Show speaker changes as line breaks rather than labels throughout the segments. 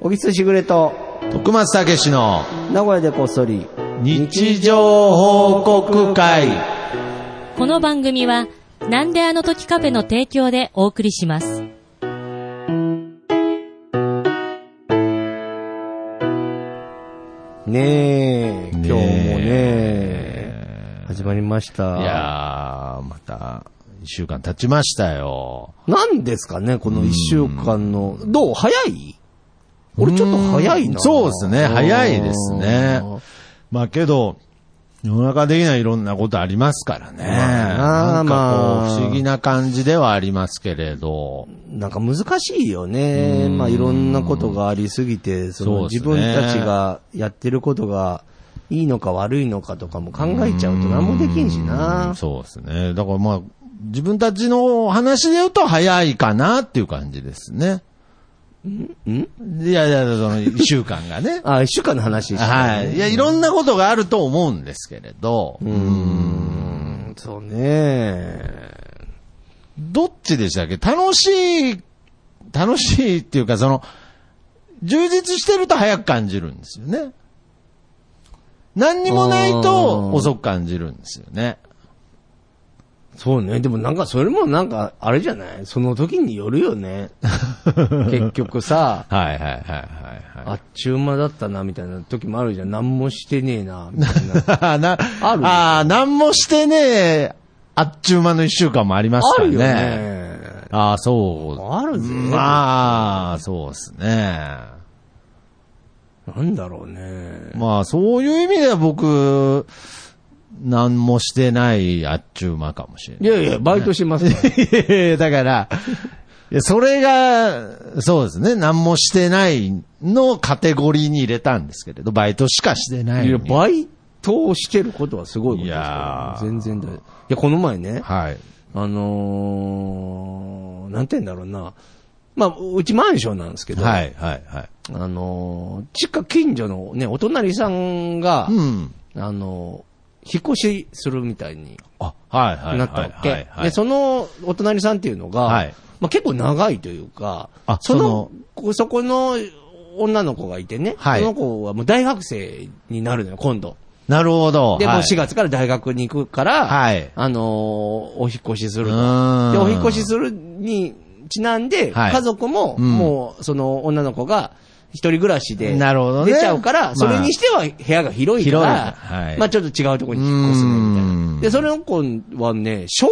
小木津しぐれと、
徳松たけしの
名古屋でこっそり、
日常報告会。
この番組は、なんであの時カフェの提供でお送りします。
ねえ、今日もね
ねえ
始まりました。
いやー、また、一週間経ちましたよ。
なんですかね、この一週間の、どう早い俺ちょっと早いな。
そうですね、早いですね。まあけど、世の中的にはいろんなことありますからね。
まあな
なんか
まあ
こう、不思議な感じではありますけれど。
なんか難しいよね。まあいろんなことがありすぎて、その
そうで
自
すね
分たちがやってることがいいのか悪いのかとかも考えちゃうと何もできんしな。。
そうですね。だからまあ、自分たちの話で言うと早いかなっていう感じですね。んいやいや、その一週間がね
あ、一週間の話でしたね
はい。いや、いろんなことがあると思うんですけれど、
うんそうね。
どっちでしたっけ楽しい、楽しいっていうか、その、充実してると早く感じるんですよね。何にもないと遅く感じるんですよね。
そうね。でもなんかそれもなんか、あれじゃないその時によるよ ね。結局さ、
はいはいはいはい、はい
あ。っちゅう間だったなみたいな時もあるじゃん。何もしてねえな、みたいな。
あ な、
ある
あーなんもしてねえ、あっちゅう間の一週間もあります
あ
から
る
ね。
よね。
あーそう。
あるぜ
まあ、そうですね。
なんだろうね。
まあ、そういう意味では僕、何もしてないあっちゅう間かもしれ
い
ない。
やいや、バイトして ますから。
いやいやだから、いやそれが、そうですね、何もしてないのカテゴリーに入れたんですけれど、バイトしかしてない
いや、
のに。
バイトをしてることはすごいことですよ
いやー
全然だよ。いや、この前ね、
はい。
あのー、なんて言うんだろうな。まあ、うちマンションなんですけど、
はい、はい、はい。
あのー、地下近所のね、お隣さんが、
うん。
あのー、引っ越しするみたいに
あ、はい、はい。
なったわ
はい
け
は。い
で、そのお隣さんっていうのが、
はい
まあ、結構長いというか、
あ
そのこそこの女の子がいてね、
はい
その子はもう大学生になるのよ、今度。
なるほど。
で、もう
はい
4月から大学に行くから、
はい
あのーお引っ越しする
う
と。
ーん
で、お引っ越しするにちなんで、
はい
家族も、
うん
もう、その女の子が、一人暮らしで、
なるほどね
出ちゃうから、
まあ
それにしては部屋が広いから、
広いからはい
まあちょっと違うところに引っ越すね、みたいうな。
ん
で、その子はね、小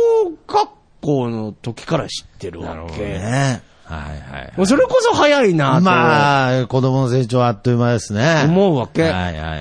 学校の時から知ってる
な
わ
るほど
け。
ね。はいはい
もうそれこそ早いな
は
と。
い。まあ、子供の成長はあっという間ですね。
思うわけ
はいはいは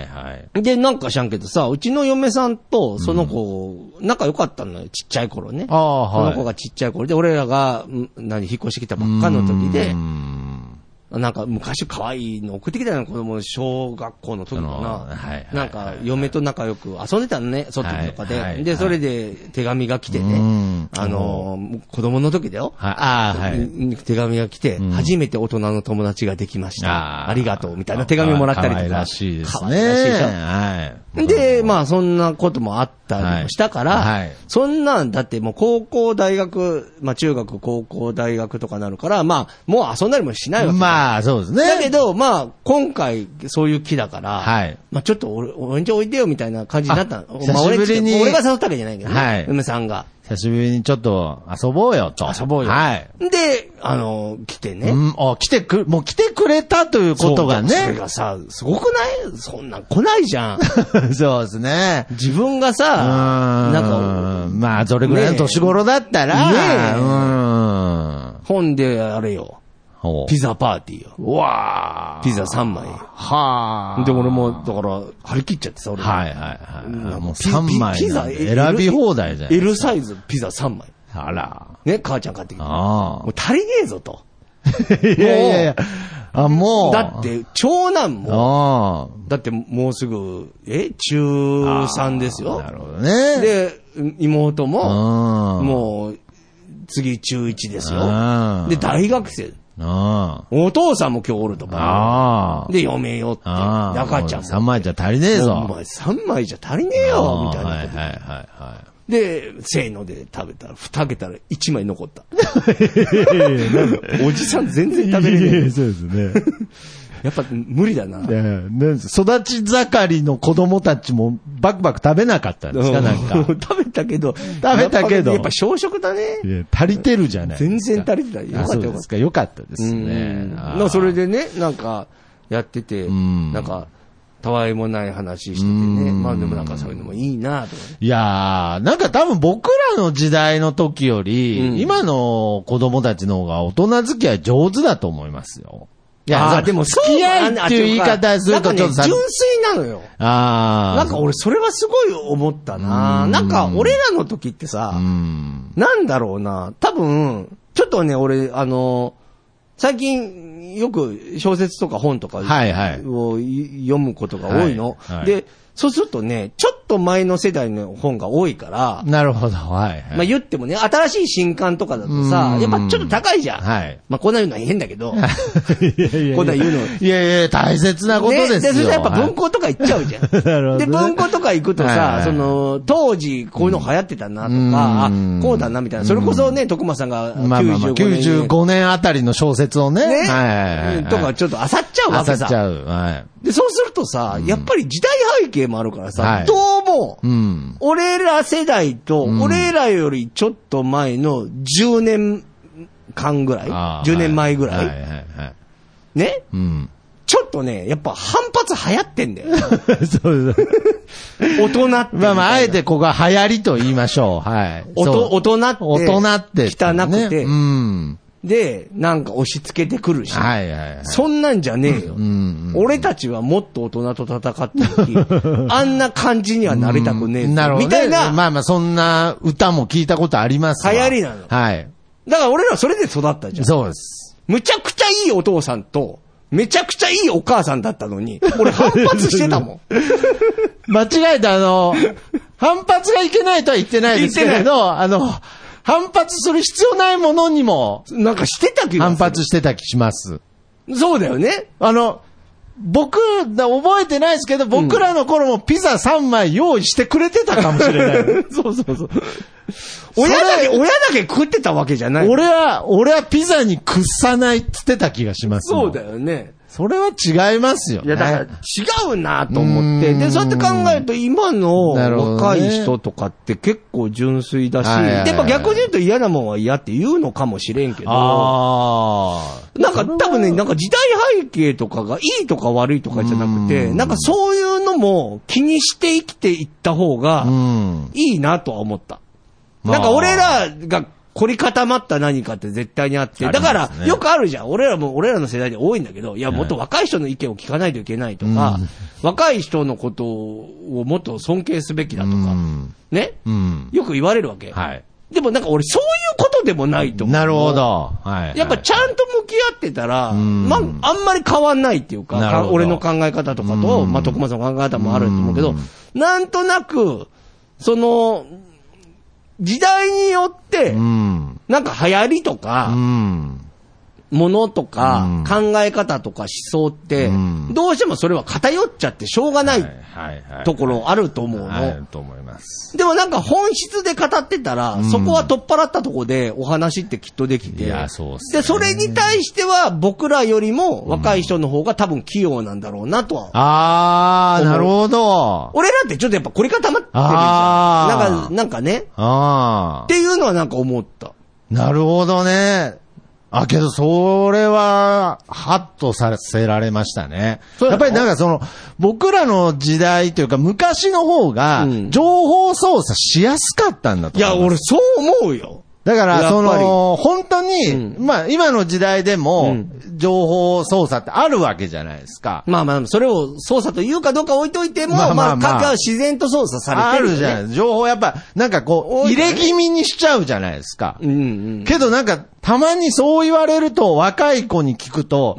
い。
で、なんか知らんけどさ、うちの嫁さんとその子、仲良かったのよ、ちっちゃい頃ね。
ああ、
そ
は
の
い。
子がちっちゃい頃で、俺らが、ん何、引っ越してきたばっかの時で
うー、ん
なんか昔可愛いの送ってきたの子供の小学校の時か
なるほど
な。
はいはい
なんか嫁と仲良く遊んでたのね、外とかで。
はいはい
で、それで手紙が来て
う
ね
ん、
あのー、子供の時だよ。
はい。ああ、はい。
手紙が来て、
ん
初めて大人の友達ができました。
あ
あ
ー
りがとう、みたいな手紙をもらったりとか。
可愛らしいですね。
可愛らしいでしょ
はい。
で、まあそんなこともあったりもしたから、
はいはい
そんなん、だってもう高校、大学、まあ中学、高校、大学とかなるから、まあもう遊んだりもしないわけ。
まあ、そうですね。
だけど、まあ今回そういう木だから、
はい
まあちょっと俺、俺んちおいでよみたいな感じになったの。
あ
まあ俺
久しぶりに
俺が誘ったわけじゃないけどね、
はい
嫁さんが。
久しぶりにちょっと遊ぼうよと。遊ぼうよ。はい。
で、あの、来てね。
うん、あ、来てく、もう来てくれたということが
そうそれ
ね。
がさ、すごくないそんなん来ないじゃん。
そうですね。
自分が
うー
さ、
ん
なんか、
まあ、それぐらいの年頃だったら、
ねえ
うーん。
本であれよ、
ほう
ピザパーティーよ。
うわー
ピザ3枚。
はあ。
で、俺も、だから、張り切っちゃってさ、俺も。
はいはいはい。もう
ピ
3枚
ピ
な
ザ、
んで。
L-
選び放題じゃん。
L サイズピザ3枚。
あら。
ね、母ちゃん買ってきて。も
あ
う足りねえぞと。
あ。いやいやいや。あ、もう。
だっ。て、長男も、
あ
だってもうすぐ、え、中
あ。
3ですよ
な。るほどね。、
で、妹
うん。
も、
も
もう、次中1ですよ。
うん。
で、大学生。
うん。あ
お父さんも今日おるとか。
あ。
で、嫁よって。
ああ。
赤ちゃん
3枚じゃ足りねえぞ。
お前3枚じゃ足りねえよみたい
は
ないこと
はいは
で、せーので食べたら、蓋開けたら1枚 残った。おじさん全然
いはい。
食べれね
そうですね。
やっぱ無理だな。
ええね育ち盛りの子供たちもバクバク食べなかったんですか、なんか。
食べたけど。
食べたけど
やっぱ小食だ
い
ね。
や足りてるじゃない
全然足
り
りてた。よ
あ、
か
そ
っ
う
たよ
で
かっ
すか。よかったで
た。う
すね
ん。
あ
な
ー
それでね、なんか、やってて、
ん
なんか、たわいもない話しててね。まあでもなんかそういうのもいいなとかね。
いやー、なんか多分僕らの時代の時より、
うん
今の子供たちの方が大人付き合い上手だと思いますよ。いや、
あ
そ
ー
う
そう
付き合いっていう言い方するとちょっ
な
と
んか
さ
ね、純粋なのよ。
あー。
なんか俺それはすごい思ったな。なんか俺らの時ってさ、
うん。
なんだろうな、多分、ちょっとね、俺、あの、最近よく小説とか本とか
はいはい
をい読むことが多いの。
はいはい
で、そうするとね、ちょっと前の世代の本が多いから、
なるほど、はい、はい。
まあ言ってもね、新しい新刊とかだとさ
う、ん
やっぱちょっと高いじゃん。
はい
まあこんな言うのは変だけ ど、
いやいやい や
こんなん言うの
いやいや、大切なことですよ。
ねそれやっぱ
はい
文庫とか行っちゃうじゃん。
なるほ
で、
どね
文庫とか行くとさ、
はいはい
その、当時こういうの流行ってたなとか、
うん
あ、こうだなみたいな。それこそね、徳間さんが
まあまあまあ、
95年に。
95年あたりの小説をね。
ね、
はいはいはい。
とかちょっと漁っちゃうわ
あさ
け
っち
さ。
ゃう。はい。
で、そうするとさ、やっぱり時代背景もあるからさ、
はい
どうも、
うん。
俺ら世代と、俺らよりちょっと前の10年間ぐらい、
あー
10年前ぐらい、
はいはいはい。
ね、
うん。
ちょっとね、やっぱ反発流行ってんだよ。
そうそう。
大人って。
まあ まあ、あえてここは流行りと言いましょう。はい。
おと
そう
大人って
大人って。
汚くて
うん。
で、なんか押し付けてくるし、
はいはいはい。
そんなんじゃねえよ。
うん。
俺たちはもっと大人と戦ってる き、あんな感じにはなりたくねえぞ、
なるほどね。
みたいな、
まあまあ、そんな歌も聞いたことありますわ
流行りなの
はい。
だから俺らそれで育ったじゃん。
そうです。
むちゃくちゃいいお父さんと、めちゃくちゃいいお母さんだったのに、俺反発してたもん。
間違えた、あの、反発がいけないとは言ってないですけ
言
れ
って
ど、あの、反発する必要ないものにも
なんかしてた気がす
反
る。
発してた気します。
そうだよね。
あの、僕、だ覚えてないですけど、僕らの頃もピザ3枚用意してくれてたかもし れない。
そうそうそう。親だけ、親だけ食ってたわけじゃない。
俺は、俺はピザに屈さないって言ってた気がします。
そうだ
よ。
よね。
それは違いますよ、ね。
いや、だから違うなと思って。
うん
で、そうやって考えると、今の
なるほどね
若い人とかって結構純粋だし、
はいはいはい
やっぱ逆に言うと嫌なもんは嫌って言うのかもしれんけど、
ああ。
なんか多分ね、なんか時代背景とかがいいとか悪いとかじゃなくて、
うん
なんかそういうのも気にして生きていった方
う
が
ん。
いいなとは思った。
まあ
なんか俺らが凝り固まった何かって絶対にあって、
あり
だ
ます
か
ね
らよくあるじゃん。俺らも、俺らの世代で多いんだけど、いや、もっと若い人の意見を聞かないといけないとか、若い人のことをもっと尊敬すべきだと
う
か、
ん。
ね、
うん。
よく言われるわけ。
はい。
でもなんか俺そういうことでもないと思う。
なるほど。はい、はい。
やっぱちゃんと向き合ってたら、
ん
まあ、あんまり変わんないっていうか、
なるほど
か俺の考え方とかと、
うん
まあ、徳間さんの考え方もあると思うけど
うん、
なんとなく、その、時代によって
う、ん。
なんか流行りと
う
か、
ん。
ものと
う
か
ん、
考え方とか思想って
うん、
どうしてもそれは偏っちゃってしょうがな
はいはいはい。
ところあると思う
あ
の
る。と思います。
でもなんか本質で語ってたら、そこは取っ払ったとこでお話ってきっとできて。
いやそうっすね
で、それに対しては僕らよりも若い人の方が多分器用なんだろうなとは。
あー、なるほど。
俺らってちょっとやっぱ凝り固まってるじゃん。なん
あー
か、なんかね。
あ
っていうのはなんか思った。
ー。なるほどね。あ、けど、それは、ハッとさせられましたね。
そうな
やっ
の
ぱりなんかその、僕らの時代というか、昔の方が
う、ん
情報操作しやすかったんだと
い
思
や、
ます
俺そう思うよ。
だ
や
か
っぱり
ら、その、本当に、
う
まあ、今の時代で
う
も
ん、
情報操作ってあるわけじゃないですか。
まあまあ、それを操作というかどうか置いといても、
ま
まあ
あま
ま
あ
あ、
まあ
各家は自然と操作さ
あ
れてる
る
よ
じ
ね。
ゃない情報やっぱ、なんかこう、
多
入
いね
れ気味にしちゃうじゃないですか。
うんうん。
けどなんか、たまにそう言われると、若い子に聞くと、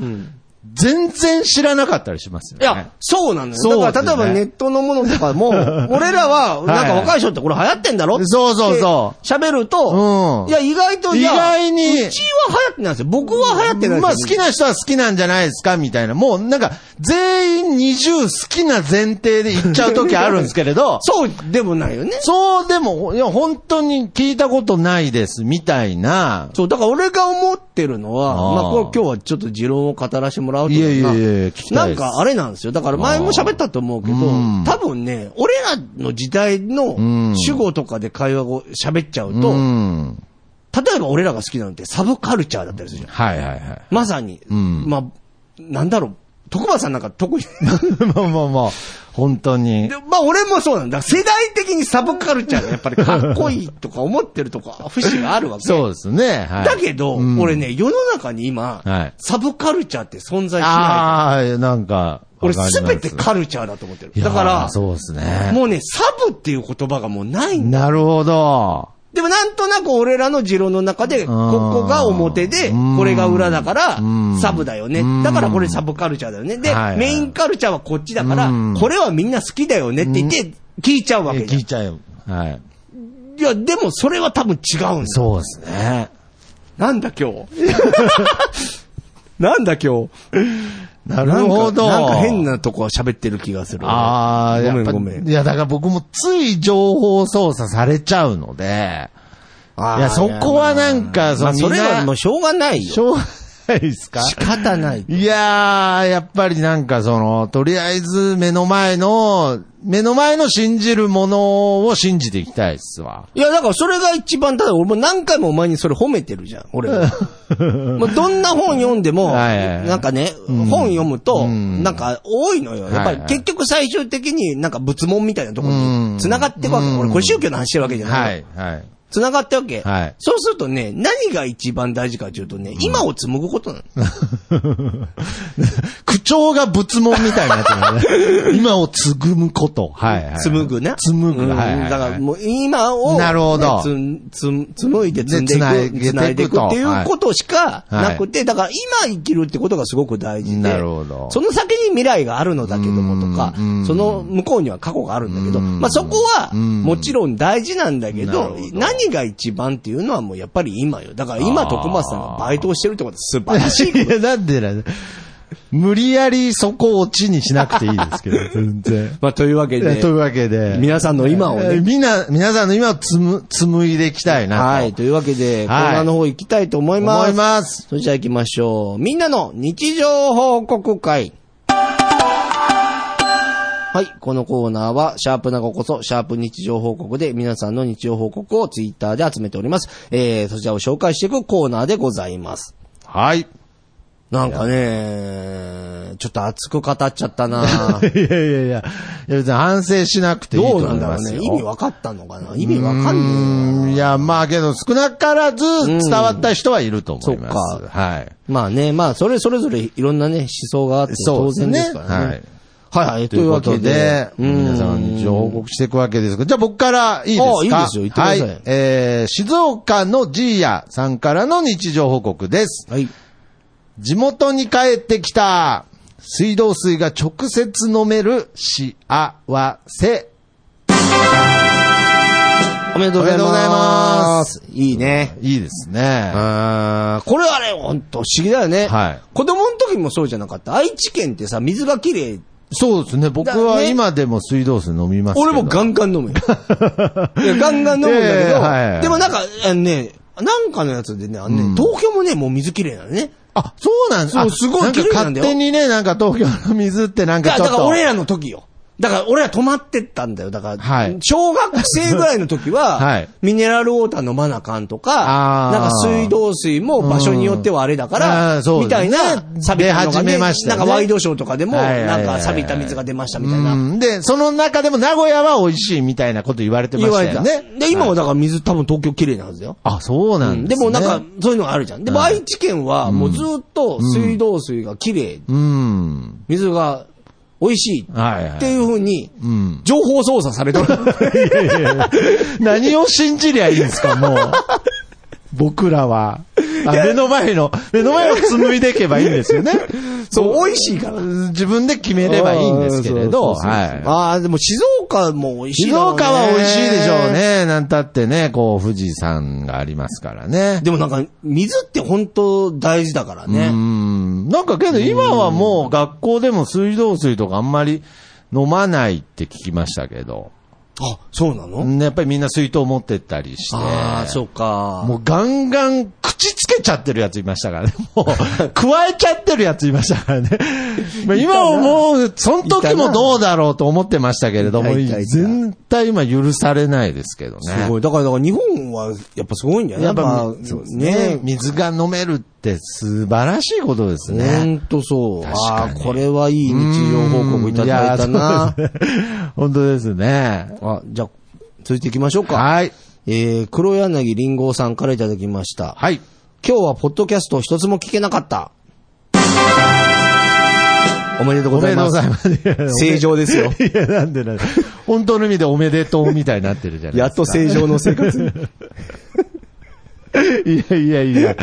全然知らなかったりしますよ
い
ね。
や、そうなの
そう
よ。だ
で
から、例
すね
えばネットのものとか も、俺らは、なんか若い人ってこれ流行ってんだろって
そうそうそう
喋ると
う、ん
いや、意外と、いや
意外に
うちは流行ってないですよ。僕は流行ってないですよ。、
まあ好きな人は好きなんじゃないですかみたいな。もうなんか、全員20好きな前提で言っちゃう時あるんですけれど
そうでもないよね。
そうでも、いや、本当に聞いたことないです、みたいな。
そう、だから俺が思ってるのは、
あー
まあこれ今日はちょっと持論を語らせてもらう
いやいやいや
な
聞きた
ない
で
ん
す
かあれなんですよ。だから前も喋ったと思うけど、
うん
多分ね、俺らの時代
うん
の主語とかで会話を喋っちゃうと、
うん。
例えば俺らが好きなのってサブカルチャーだったりするじゃん。
はいはいはい。
まさに、
うん
まあ、なんだろう、徳馬さんなんか得意。
まあまあまあ、本当に
で。まあ俺もそうなんだ。世代的にサブカルチャーがやっぱりかっこいいとか思ってるとか、 節があるわけ。
そうですね。はい、
だけど、
うん
俺ね、世の中に今、
はい
サブカルチャーって存在しない。
ああ、なんか、
俺
わかり
す
ます
べてカルチャーだと思ってる。
いや
だ
ー
から、
そうですね。
もうね、サブっていう言葉がもうないんだ。
なるほど。
でもなんとなく俺らの持論の中で、ここが表で
うん、
これが裏だから
うん、
サブだよね
うん。
だからこれサブカルチャーだよね。で
はいはい、
メインカルチャーはこっちだから
うん、
これはみんな好きだよねって言って、聞いちゃうわ
え
けじゃ
聞
ん。
いちゃう。はい。
いや、でもそれは多分違うんだよ。
そうですね。
なんだ今日。 なんだ今日。
なるほど。
なんかなんか変。なとこは喋ってる気がする。
ああ、
ご
や
め
っ
ん
ぱ
ごめん
い。や、だから僕もつい情報操作されちゃうので、
あー
いやそこはなんか
まあ
そ
そ
のみん
れ
な
はもうしょうがないよ
し。ょうがないですか
仕方ない。
いやー、やっぱりなんかその、とりあえず目の前の、目の前の信じるものを信じていきたいっすわ。
いや、だからそれが一番、ただ俺も何回もお前にそれ褒めてるじゃん、俺 も。もうどんな本読んでも、
はいはいはい
なんかね、
うん
本読むと、
うん
なんか多いのよ。やっぱ
はい
り
はい
結局最終的になんか仏門みたいなところ
うん
に繋がっていくわけ。
うん
俺これ宗教の話してるわけじゃない。
はい、はい。
繋がってわけ。
はい
そうするとね、何が一番大事かというとね、今を紡ぐことなの。
口調が仏門みたいになってるね。今をつぐむこと。はい、はい。
紡ぐね。
紡ぐ。
うん
はい、はい。
だからもう今を、
なるほど
つんつん紡いで積んでいく、
で繋いでいくと
繋いでいくっていうことしかなくて、だから今生きるってことがすごく大事で、
なるほど
その先に未来があるのだけどもとか
うん、
その向こうには過去があるんだけど、
うん
まあそこは
うん
もちろん大事なんだけ
なる
ど
ほど、
何が一番っていうのはもうやっぱり今よ。だから今徳松さんがバイトをしてるってことは素晴らしいこと
いや、なんでなんで無理やりそこを地にしなくていいですけど、全然。
まあ、というわけ
え
で、
というわけで。
皆さんの今を
えー
ね。
みな、皆さんの今をつむ、紡いでいきたい なと。
はい。というわけで、コ
はい
ーナーの方行きたいと思います。
思います。
それじゃあ行きましょう。みんなの日常報告会。はい。このコーナーは、シャープなごこそ、シャープ日常報告で、皆さんの日常報告をツイッターで集めております。えー、そちらを紹介していくコーナーでございます。
はい。
なんかね、ちょっと熱く語っちゃった な
いやいやいや、いや別に反省しなくていいと
どう
思
ないんだろ
ま
う
す
ね。
よ。
意味わかったのかな意味わかんねえな
うーんいや、まあけど少なからず伝わった人はいると思います。
うんそっ
はい。
まあね、まあ、それ、それぞれいろんなね、思想があって
そ
当
うです
然
ね。
ですからね
はい。。
はいはい、
ということで、
うん
皆さんに情報報告していくわけですが、じゃあ僕からいいですか
あいいですよ言ってください
はい。えー、静岡のジーヤさんからの日常報告です。
はい。
地元に帰ってきた水道水が直接飲める幸せ。
おめでとうございます。いいね。
いいですね。
あーこれはね、ほんと不思議だよね。
はい
子供の時もそうじゃなかった。愛知県ってさ、水が綺麗。
そうですね。僕
だ
は
ね
今でも水道水飲みますけど。
俺もガンガン飲むよ。いやガンガン飲むんだけ
い
ど、
やはい
でもなんか、あのね、なんかのやつでね、あのね、
うん
東京もね、もう水綺麗なのね。
あ、そうなんです
そう
あ
すごい
なんか
綺麗なん
勝
だよ
手にね、なんか東京の水ってなん
だ
か
か
ちょ
ら
っ
だ
と。
から俺らの時よ。だから俺ら泊まってったんだよ。だから、
はい
小学生ぐらいの時は、
はい
ミネラルウォーター飲まなあかんと
あ
か、
ー
なんか水道水も場所によってはあれだか
うんあ
ら、
ーそう
みたい
です
な
ね
錆びたの
出
が、
始め
ね
ましたよ
な
ね
んかワイドショーとかでも、
はいはいはいはい
なんか錆びた水が出ましたみたいな。
うん。で、その中でも名古屋は美味しいみたいなこと言われてま
言わ
し
れ
たよ
た。
ね。
で、今
は
はいだから水多分東京綺麗なはずだよ。
あ、そうな
うんん
で
です
ね。
もなんか、そういうのがあるじゃん。でも愛知県はもうずっと水道水が綺麗、
うん。
水が美味しいっ
はいはい。
ていうふうに、
うん。
情報操作されてる。
何を信じりゃいいんですか、もう。僕らは。あ目の前の、目の前を紡いでいけばいいんですよね。
そう、美味しいから。
自分で決めればいいんですけれど。はい。
ああ、でも静岡も美味しい
静
だろうね
岡は美味しいでしょう。ね。なんたってね、こう、富士山がありますからね。
でもなんか、水って本当大事だから
う
ね。
ん。なんかけど今はもう学校でも水道水とかあんまり飲まないって聞きましたけど。
あ、そうなの、
うんやっぱりみんな水筒持ってったりして。
ああ、そうか。
もうガンガン口つけちゃってるやついましたからね。 もう、加えちゃってるやついましたからね。 まあ今はもう、その時もどうだろうと思ってましたけれども、
いたいたいた
全体今許されないですけどね。
すごい。だから、だから日本はやっぱすごいんだよね。
やっぱ、
そうです
ね
ね、。
水が飲めるって素晴らしいことです
ほ
ね。
んとそう。
確か
あ
に
あー、これはいい日常報告いただいたな。
いやー。そうですね本当ですね。
あ、じゃあ、続いていきましょうか。
はい。
えー、黒柳りんごさんからいただきました。
はい。
今日はポッドキャスト一つも聞けなかった。おめでとうご
お
ざ
め
い
でと
ま
うござい
す。
ます。
正常ですよ。
いや、なんでなんで本当の意味でおめでとうみたいになってるじゃな い
や
で
っ
すか。
と正常の生活に。
いやいやい や。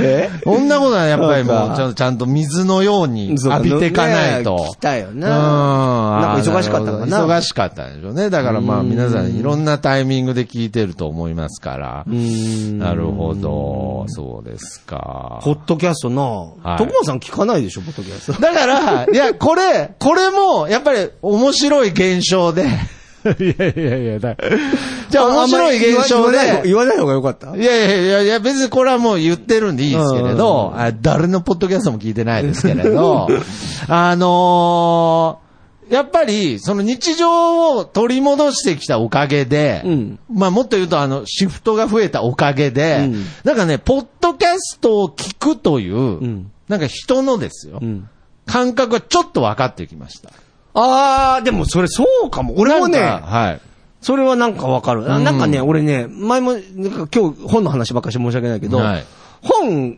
こんなことはやっぱりもうちゃんと、ちゃんと水のように
そう
浴びていかないと。
ねえ来たよな
うん
なんか忙しかったのかな
あーるほど忙しかったんでしょうね。だからまあ皆さんいろんなタイミングで聞いてると思いますから。なるほど。そうですか。
ポッドキャストな、
はい
徳間さん聞かないでしょ、ポッドキャスト。
だから、いや、これ、これも、やっぱり面白い現象で。いやいやいや、だ じゃあ面白い現象で。
言わない方がよかった
いやいやいやいや、別にこれはもう言ってるんでいいですけれど、あ誰のポッドキャストも聞いてないですけれ ど、あのーやっぱり、その日常を取り戻してきたおかげで、
うん
まあもっと言うと、あの、シフトが増えたおかげで、
うん
なんかね、ポッドキャストを聞くという、
ん
なんか人のですよ、
うん。
感覚がちょっと分かってきました。
あー、でもそれそうかも。俺もね、
なんかはい。
それはなんかわかる。あ
うん
なんかね、俺ね、前も、なんか今日本の話ばっかりして申し訳ないけど、
はい
本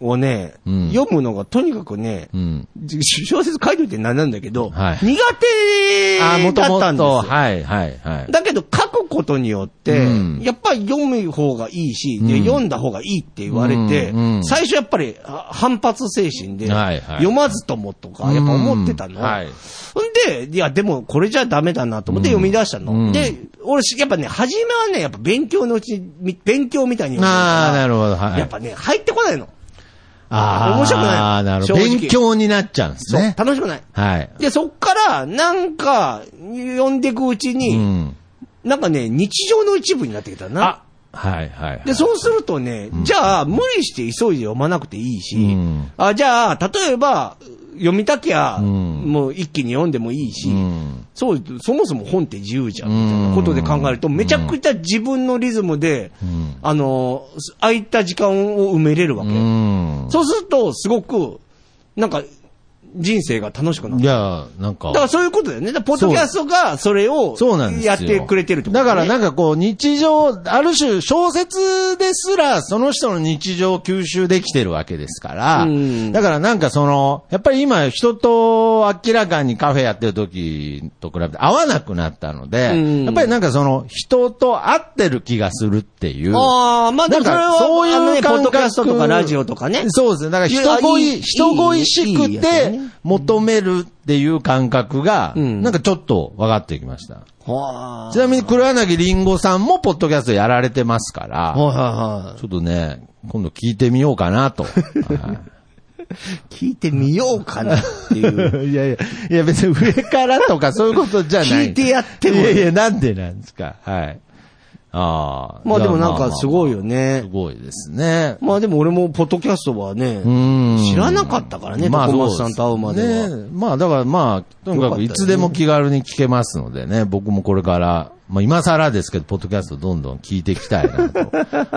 をね、
うん
読むのがとにかくね、
うん。
じ小説書いといてなんなんだけど、
はい
苦手だ
あー、もとも
ったんです
と、
よ。
はい、はい、はい。
だけど書くことによって、
うん
やっぱり読む方がいいし、で
うん
読んだ方がいいって言われて、
うんうん
最初やっぱりあ反発精神で、
はいはい
読まずともとか、やっぱ思ってたの。
うんはい
ほんで、いや、でもこれじゃダメだなと思って読み出したの。
うん
で、俺、やっぱね、初めはね、やっぱ勉強のうちに、み勉強みたいに読んでるから
ああ、なるほど。はい。
やっぱね、入ってこないの。
ああ、
面白くない
ああ、なるほど。
正直
勉強になっちゃうんです
そう、
ね。
楽しくない。
はい。
で、そっから、なんか、読んでいくうち
う
に、
ん。
なんかね、日常の一部になってきたな。
あ、はいはいはい。
で、そうするとね、じゃあ、無理して急いで読まなくていいし、
うん
あじゃあ、例えば、読みたきゃ、
うん
もう一気に読んでもいいし、
うん。
そう、そもそも本って自由じゃん、みたいなことで考えると、めちゃくちゃ自分のリズムで、
うん
あの、空いた時間を埋めれるわ
う
け。
ん。
そうすると、すごく、なんか、人生が楽しくなる。
いや、なんか
だか。らそういうことだよね。だからポッドキャストがそれを
そうなんですよ。
やってくれてるってこと
だ
ね
からなんかこう、日常、ある種、小説ですら、その人の日常を吸収できてるわけですから
うん、
だからなんかその、やっぱり今、人と明らかにカフェやってる時と比べて会わなくなったの
うん
で、やっぱりなんかその、人と会ってる気がするっていう。
ああ、まあでもそれは、
そういう
あのね、ポ
感
ッ
覚
ドキャストとかラジオとかね。
そうですね。だから人
いやい
恋
い
い、人恋し
いいいい
く
やつだ
て
ね
求めるっていう感覚が、
うん
なんかちょっと分かってきました。
はあ
ちなみに黒柳りんごさんもポッドキャストやられてますから、
はいはいは。
ちょっとね、今度聞いてみようかなと。はい
聞いてみようかなっていう。
いいやいや、いや別に上からとかそういうことじゃない。
聞いてやっても
いやいや、なんでなんですか。はい。ああ。
まあでもなん
まあ
か
まあ
すごいよ
す
ね。
ごいですね。
まあでも俺もポッドキャストはね、知
知
らなかったからね、徳松さんと会うまでは。
ねまあだからまあ、とに
よか
か
った
く
よ
い
ね
つでも気軽に聞けますのでね、僕もこれから、まあ今更ですけど、ポッドキャストどんどん聞いていきたいな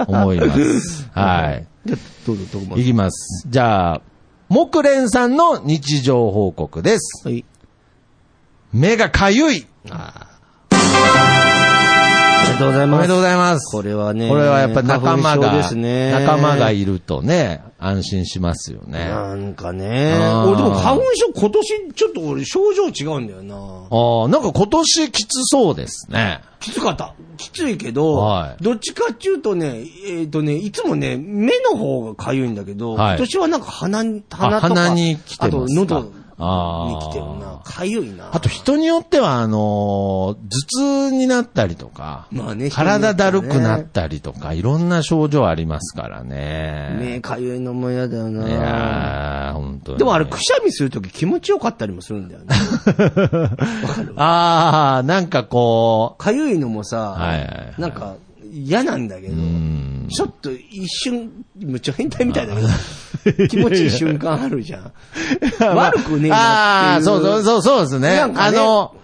と思 います。はい。
じゃあどうぞ徳松
いきます。じゃあ、木蓮さんの日常報告です。
はい。
目がかゆい
ありがとうござい
おめ
ま
ですとう。ございます。
これはね
これはやっぱ仲間
花粉症
が、
ですね
仲間がいるとね、安心しますよね。
な
あ
んかね。
あー
俺でも花粉症今年ちょっと俺症状違うんだよな。
あ、なんか今年きつそうですね。
きつかった。きついけど、
はい
どっちかっていうとね、えっ、とね、いつもね、目の方が痒いんだけど、
はい
今年はなんか鼻に、鼻とか、
あ鼻に来てますか
あと喉
あ
に
ー
来てるな。かゆいな。
あと人によっては、あのー頭痛になったりとか、
まあね
体だるくな
人によってはね
ったりとか、いろんな症状ありますからね。
ねかゆいのも嫌だよ
い
な。
やー、本当に。
でもあれ、くしゃみするとき気持ちよかったりもするんだよね。わかる
あー、なんかこ
かゆいのもさ、
はいはいはい
なんか嫌なんだけど、ちょっと一瞬、むっちゃ変態みた いだけど、気持ちいい瞬間あるじゃん。悪くねえ
う、
な
あ
って
ー、
いう。
そうそうそうそうですね。
なんか
あ
ね
の、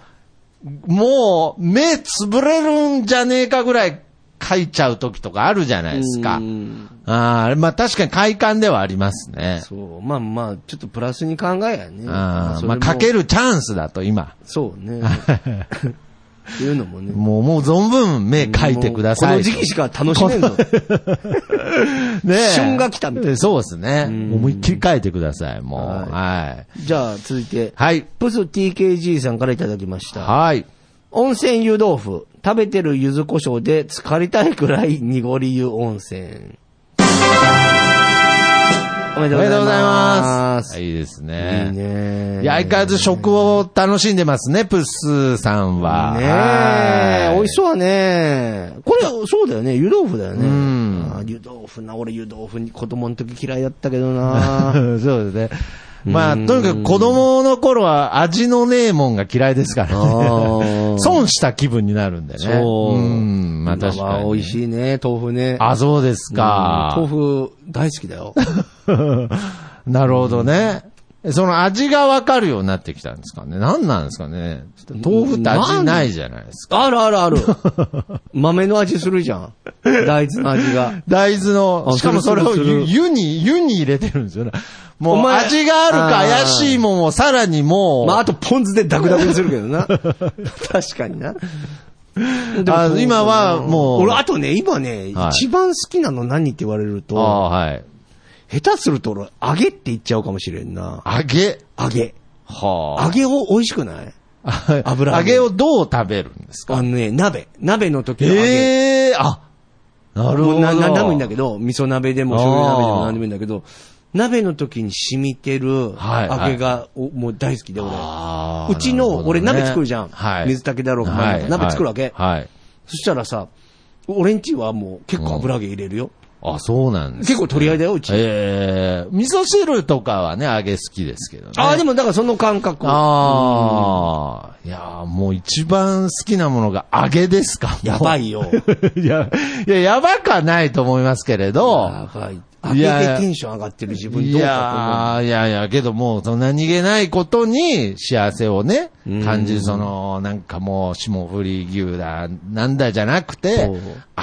もう、目つぶれるんじゃねえかぐらい書いちゃう時とかあるじゃないですか。
うん
あー、まあ確かに快感ではありますね。
そう、まあまあ、ちょっとプラスに考えやね。
あーまあ、
か
かけ
る。
るチャンスだと、今。
そう ね。っていうのもね。
もう、もう存分目描いてください。
もうこの時期しか楽しめんの。
ねえ
旬が来たみたいな
そうですね。思いっきり描いてください、もう。
はい
はい。
じゃあ、続いて。
はい。
プス TKG さんからいただきました。
はい。
温泉湯豆腐。食べてる柚子胡椒で浸かりたいくらい濁り湯温泉。おめ
お
で
めで
と
と
うご
うご
ざ
ざ
い
い
ま。
ますす。いいです
いい
ね。
ね
いや、相変わらず食を楽しんでますね、プッスーさんは。
ねえ、美味し
う。
そうだね。これ、そうだよね。湯豆腐だよね。
ん
あー湯豆腐な、俺湯豆腐に子供の時嫌いだったけどな。
そうですね。まあ、とにかく子供の頃は味のねえもんが嫌いですから
あー
ね。 損した気分になるんでね。
そう
うん、まあ確
ま
か
あ
に。
美味しいね、豆腐ね。
あ、そうですか。
うん豆腐大好きだよ。
なるほどね。その味がわかるようになってきたんですかね。何なんですかね。ちょっと豆腐って味ないじゃないですか。
あるあるあ る。豆の味するじゃん。大豆の味が。
大豆の、
あ
しかもそれを
するする
湯湯に、湯に入れてるんですよね。
お
もう
前
味があるか
あー
怪しいもんをさらにもう、
まあ、あとポン酢でダクダクにするけど な。確かにな。でも
あ
そう
今はもう
俺、あとね、今ね、
はい
一番好きなの何って言われると、
ああはい。
下手すると俺、揚げって言っちゃうかもしれんな。
揚げ。
揚げ。揚
は
げを美味しくない
あ。
油揚
揚
げ
げをどう食べるんですか
あのね、鍋。鍋の時の揚げ。
ええあ、なるほ
もう
ど。
な何でもいいんだけど、味噌鍋でも
あー
醤油鍋でも何でもいいんだけど、鍋の時に染みてる揚
はいはい
げがおもう大好きで、俺。
あー
うちの
なるほどね
俺鍋作るじゃん
はい。
水炊きだろうがなんだろう鍋作るわけ
はい。
そしたらさ、俺んちはもう結構油揚げ入れるよ。
あ、そうなんですね
結構取り合いだよ、うち。
ええ味噌汁とかはね、揚げ好きですけどね。
ああ、でもだからその感覚。
あーいやーもう一番好きなものが揚げですか。
やば
い。
いよ。
いや、 いや、やばかないと思いますけれど。
やばい。揚
いや
げてテンション上がってる自分
い
どうか
やーいやいや、けどもう、そんな何気ないことに幸せをね、感じる、その、なんかもう、霜降り牛だ、なんだじゃなくて、
そう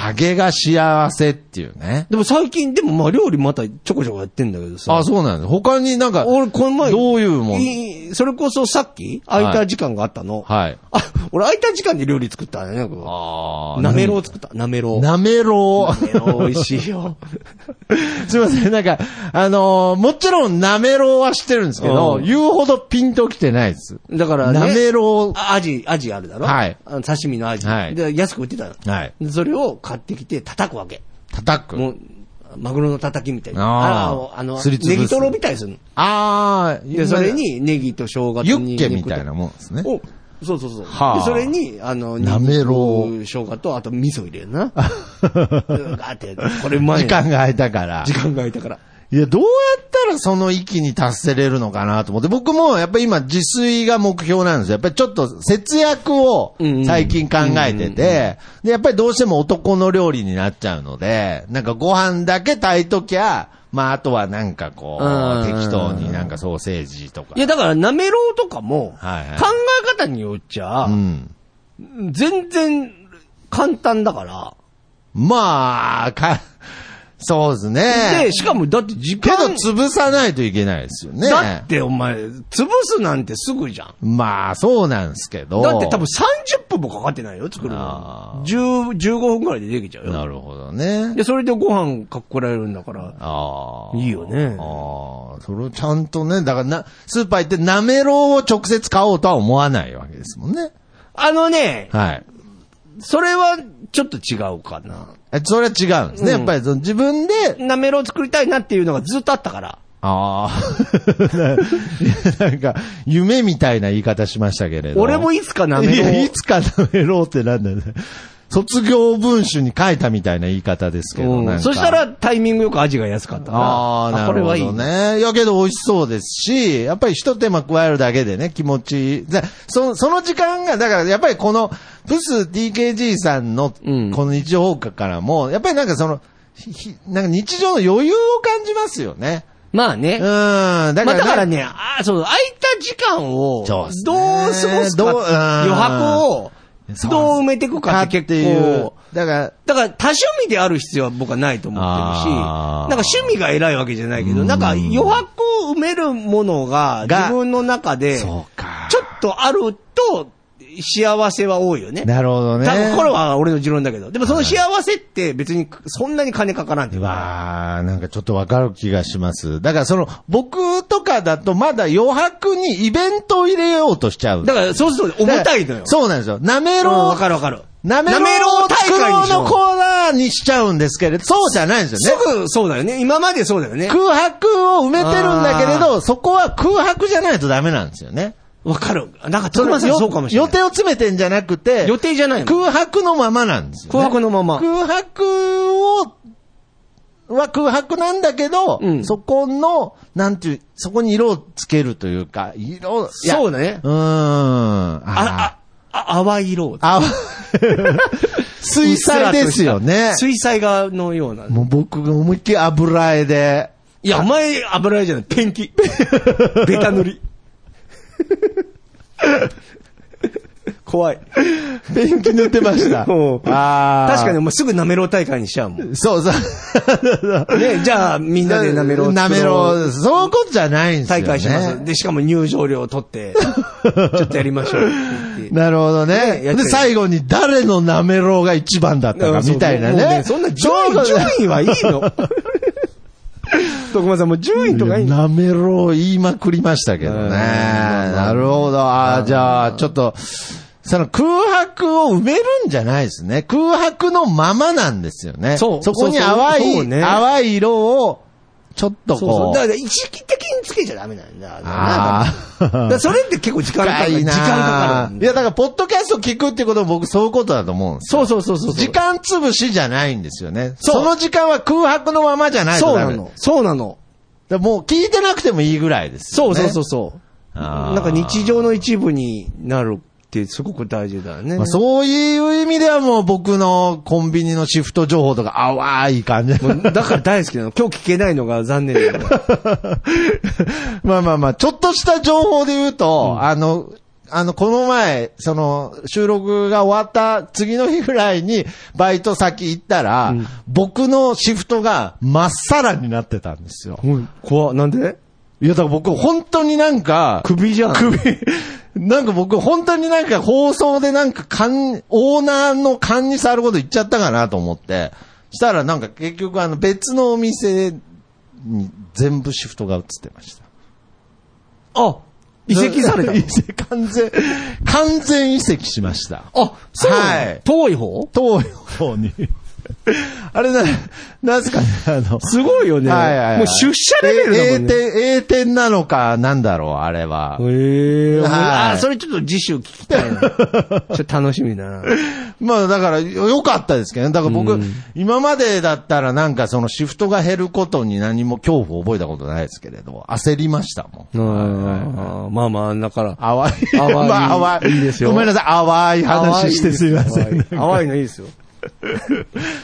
揚げが幸せっていうね。
と思う。でも最近、でもまあ料理またちょこちょこやってんだけどさ。
あ、そうなんです。他になんか、
俺この前。
どういうもん
いそれこそさっき空いた時間があったの。
はい。
あ、俺空いた時間で料理作ったね。僕
あ
なめろう作った。なめろう。な
なめろう。
めろう美味しい よ。
すいません、なんか、あのーもちろん、なめろうは知ってるんですけど、
うん
言うほどピンときてないです。
だからね。
なめろ
あアジ、アジあるだろ
はい
あの刺身のアジ。
はい
で、安く売ってたの。
う。はい。
でそれを買ってきて叩くわけ。
叩く。
もう、マグロのたたきみたいな。
あ
の
ー
あの、
すりつぶす
ネギトロみたいにするの。
あー、
で、それにネギと生姜と
ユ
ニンニ
ッ
クと
ケみたいなもんですね。
おそうそうそう。
はあ
で、それに、あの、
なめろ
ニ
う
ンニク生姜と、あと味噌入れる な。あって、これうまい
時
ね。
間が空いたから
時。間が空いたから。
いや、どうやったらその域に達せれるのかなと思って、僕もやっぱり今自炊が目標なんですよ。やっぱりちょっと節約を最近考えてて、で、やっぱりどうしても男の料理になっちゃうので、なんかご飯だけ炊いときゃ、まああとはなんかこ
うん
う、適当になんかソーセージとか。
いや、だから、なめろうとかも、考
はいはい
え方によっちゃ
う、ん。
全然簡単だから。
まあ、か、そうですね。
で、しかも、だって時
け
間。
ど潰さないといけないですよね。
だってお前、潰すなんてすぐじゃん。
まあ、そうなんですけど。
だって多分30分もかかってないよ、作る
あ
の。10 15分くらいでできちゃうよ。
なるほどね。
で、それでご飯かっこられるんだから、
ああ。
いいよね。
ああ、それをちゃんとね、だからな、スーパー行ってなめろうを直接買おうとは思わないわけですもんね。
あのね、
はい。
それはちょっと違うかな。
えそれは違うんですね。
うん
やっぱりその自分で、
なめろう作りたいなっていうのがずっとあったから。
ああ。 なんか、夢みたいな言い方しましたけれど。
俺もいつかなめろう
いやいつか舐めろうってなんだよね。卒業文集に書いたみたいな言い方ですけど、
う
なん
ん、
か
そした、らタイミングよくアジが安かったな。
ああ、なるほ
これは
ど
いい。
ね。いやけど美味しそうですし、やっぱり一手間加えるだけでね、気持ちいい。だそその時間が、だからやっぱりこの、プス TKG さんの、こ
うん
の日常報告からも、やっぱりなんかその、ひひなんか日常の余裕を感じますよね。
まあね。
うん。だからね、
まあだからね、あーそう、空いた時間を、どう過
そうっ
ご
す
す
ね
か、
どううん
余白を、どう埋めていくかって結構、
だから、
だから多趣味である必要は僕はないと思ってるし、
あ
な
ー
んか趣味が偉いわけじゃないけど、なんか余白を埋めるものが
が
自分の中で、ちょ
そうか。
っとあると幸せは多いよね。
なるほどね。
多分これは俺の持論だけど。でもその幸せって別にそんなに金かからんっていうか。
わあ、なんかちょっとわかる気がします。だからその、僕とかだとまだ余白にイベントを入れようとしちゃう。
だからそうすると
だから
重たいのよ。
そうなんですよ。なめ
うん
ろ
わかるわかる。
う、なめろ
なめろ
う
う大会にしよう
のコーナーにしちゃうんですけれど、そうじゃないんです
す
よね。
ぐそうだよね。今までそうだよね。
空白を埋めてるんだけれど、そこは空白じゃないとダメなんですよね。
わかる。なんか、徳間さん
よ
そうかもしれない。
予定を詰めてんじゃなくて、
予定じゃないの。
空白のままなんですよ、ね。
空白のまま。
空白を、は空白なんだけど、
うん
そこの、なんていう、そこに色をつけるというか、色、いや
そうだね
うーん。
あ、
あ
あ、あ淡い色を。
あ、あ、水彩ですよね。
水彩画のような。
もう僕が思いっきり油絵で、
いや、お前、油絵じゃない。ペン キ。ベタ塗り。怖い。
ペンキ塗ってました。
うん
あー
確かに、お前すぐなめろう大会にしちゃうもん。ね、
そうそう。
じゃあ、みんなでなめろう。
なめろう。そういうことじゃないんですよ、ね。
大会します。で、しかも入場料を取 って、ちょっとやりましょうって言って。
なるほどね。
ねやっちゃえ
で、最後に誰のなめろうが一番だったかみたいな
もう
ね。
そんな
そうい
順位、
うこと
順位はいいの 徳間さんも順位とかいいの
なめろう言いまくりましたけどね。なるほど。ああ、じゃあ、ちょっと、その空白を埋めるんじゃないですね。空白のままなんですよね。
そう
そこに
そうそう
淡
そう
い、
ね
淡い色を、ちょっと
そうそ
こ
う。
う。
だから、意識的につけちゃダメなんだよね。
ああ
だ からそれって結構時間かかる。
深い
時
な
間かかるん
い
だよ。
や、だから、ポッドキャスト聞くってことは僕そういうことだと思うんですよ
そうそうそうそう。
時間潰しじゃないんですよね。
そう
その時間は空白のままじゃない
そ
と
う
ダ
な
メ。
の。そうなの。
だからもう聞いてなくてもいいぐらいです
そ
よ、
う
ね。
そうそうそう。
あー
なんか日常の一部になるってすごく大事だよね。
まあ、そういう意味ではもう僕のコンビニのシフト情報とか淡い感じ。
もうだから大好き なの。今日聞けないのが残念だ よ。
まあまあまあ、ちょっとした情報で言うと、あの、あの、この前、その、収録が終わった次の日ぐらいに、バイト先行ったら、僕のシフトがまっさらになってたんですよ。
うん怖っなんで
いや、だから僕、本当になんか、
首じゃん。
首、なんか僕、本当になんか放送でなんか勘、オーナーの勘に触ること言っちゃったかなと思って、したらなんか結局あの別のお店に全部シフトが移ってました。
あ、 移籍されたの
移。籍、完全、完全移籍しました。
あ、そうなの
はい
遠い方
東洋に。 あれな、なぜかね、あの、
すごいよね。
はいはいはい
もう出社レベルだもんね。
え栄転、栄転なのか、なんだろう、あれは。
へえ、
はい
あ、それちょっと次週聞きたいな。ちょっと楽しみだな。
まあだから、よ良かったですけどね。だから僕、今までだったらなんかそのシフトが減ることに何も恐怖を覚えたことないですけれど、焦りましたもん。
あーまあまあ、だから。
淡い。
淡い
まあ淡い。
いいですよ
ごめんなさい。淡い話してすいませ
淡い
ん。
淡いのいいですよ。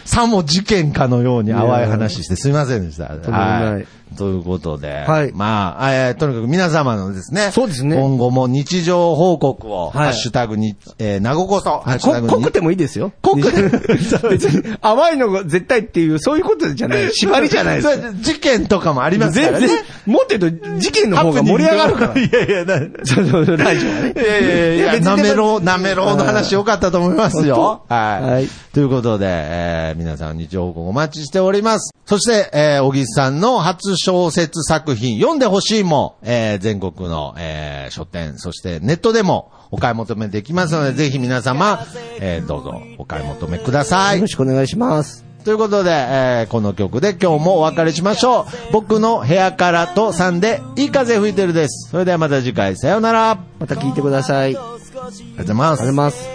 さも事件かのように淡い話してすいませんでした。
とんでもない
い。ということで、
はい
まあ、えーとにかく皆様のですね、
そうですね
今後も日常報告を、
はい
ハッシュタグに、えー、なごこそ、ハッシュタグに
こ濃くてもいいですよ。濃くて。 別に、淡いのが絶対っていう、そういうことじゃ ない。縛りじゃないです
そ。れ事件とかもありま
全
すからね。
然、もっと言うと、事件の方が盛り上がるから。
いやいや、な、
そうそうそうラジオはね。
いやいやいや
いや別に
なめろう、なめろうの話良かったと思いますよ
本。当
はい。
はい
ということで、えー、皆さん日常報告お待ちしております。そして、えー、小木さんの初小説作品、読んでほしいも、えー、全国の、えー、書店、そしてネットでもお買い求めできますので、ぜひ皆様、えー、どうぞお買い求めください
よろ。しくお願いします。
ということで、えーこの曲で今日もお別れしましょう。僕の部屋からと3でいい風吹いてるです。それではまた次回、さようなら。あり
また聞いてください。ありがと
がとうございま
うござい
す。
ます。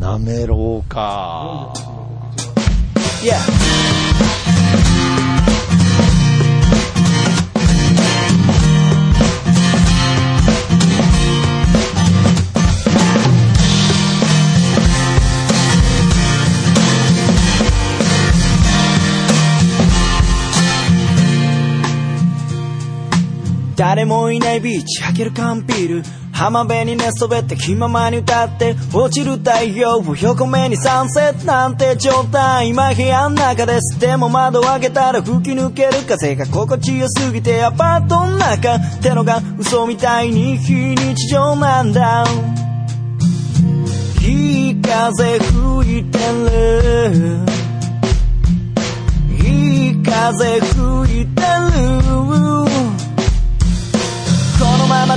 なめろうか。
誰もいないビーチ開ける缶ビール浜辺に寝そべって気ままに歌って落ちる太陽を横目にサンセットなんて状態今部屋の中ですでも窓を開けたら吹き抜ける風が心地よすぎてアパートの中ってのが嘘みたいに非日常なんだいい風吹いてるいい風吹いてるこのまま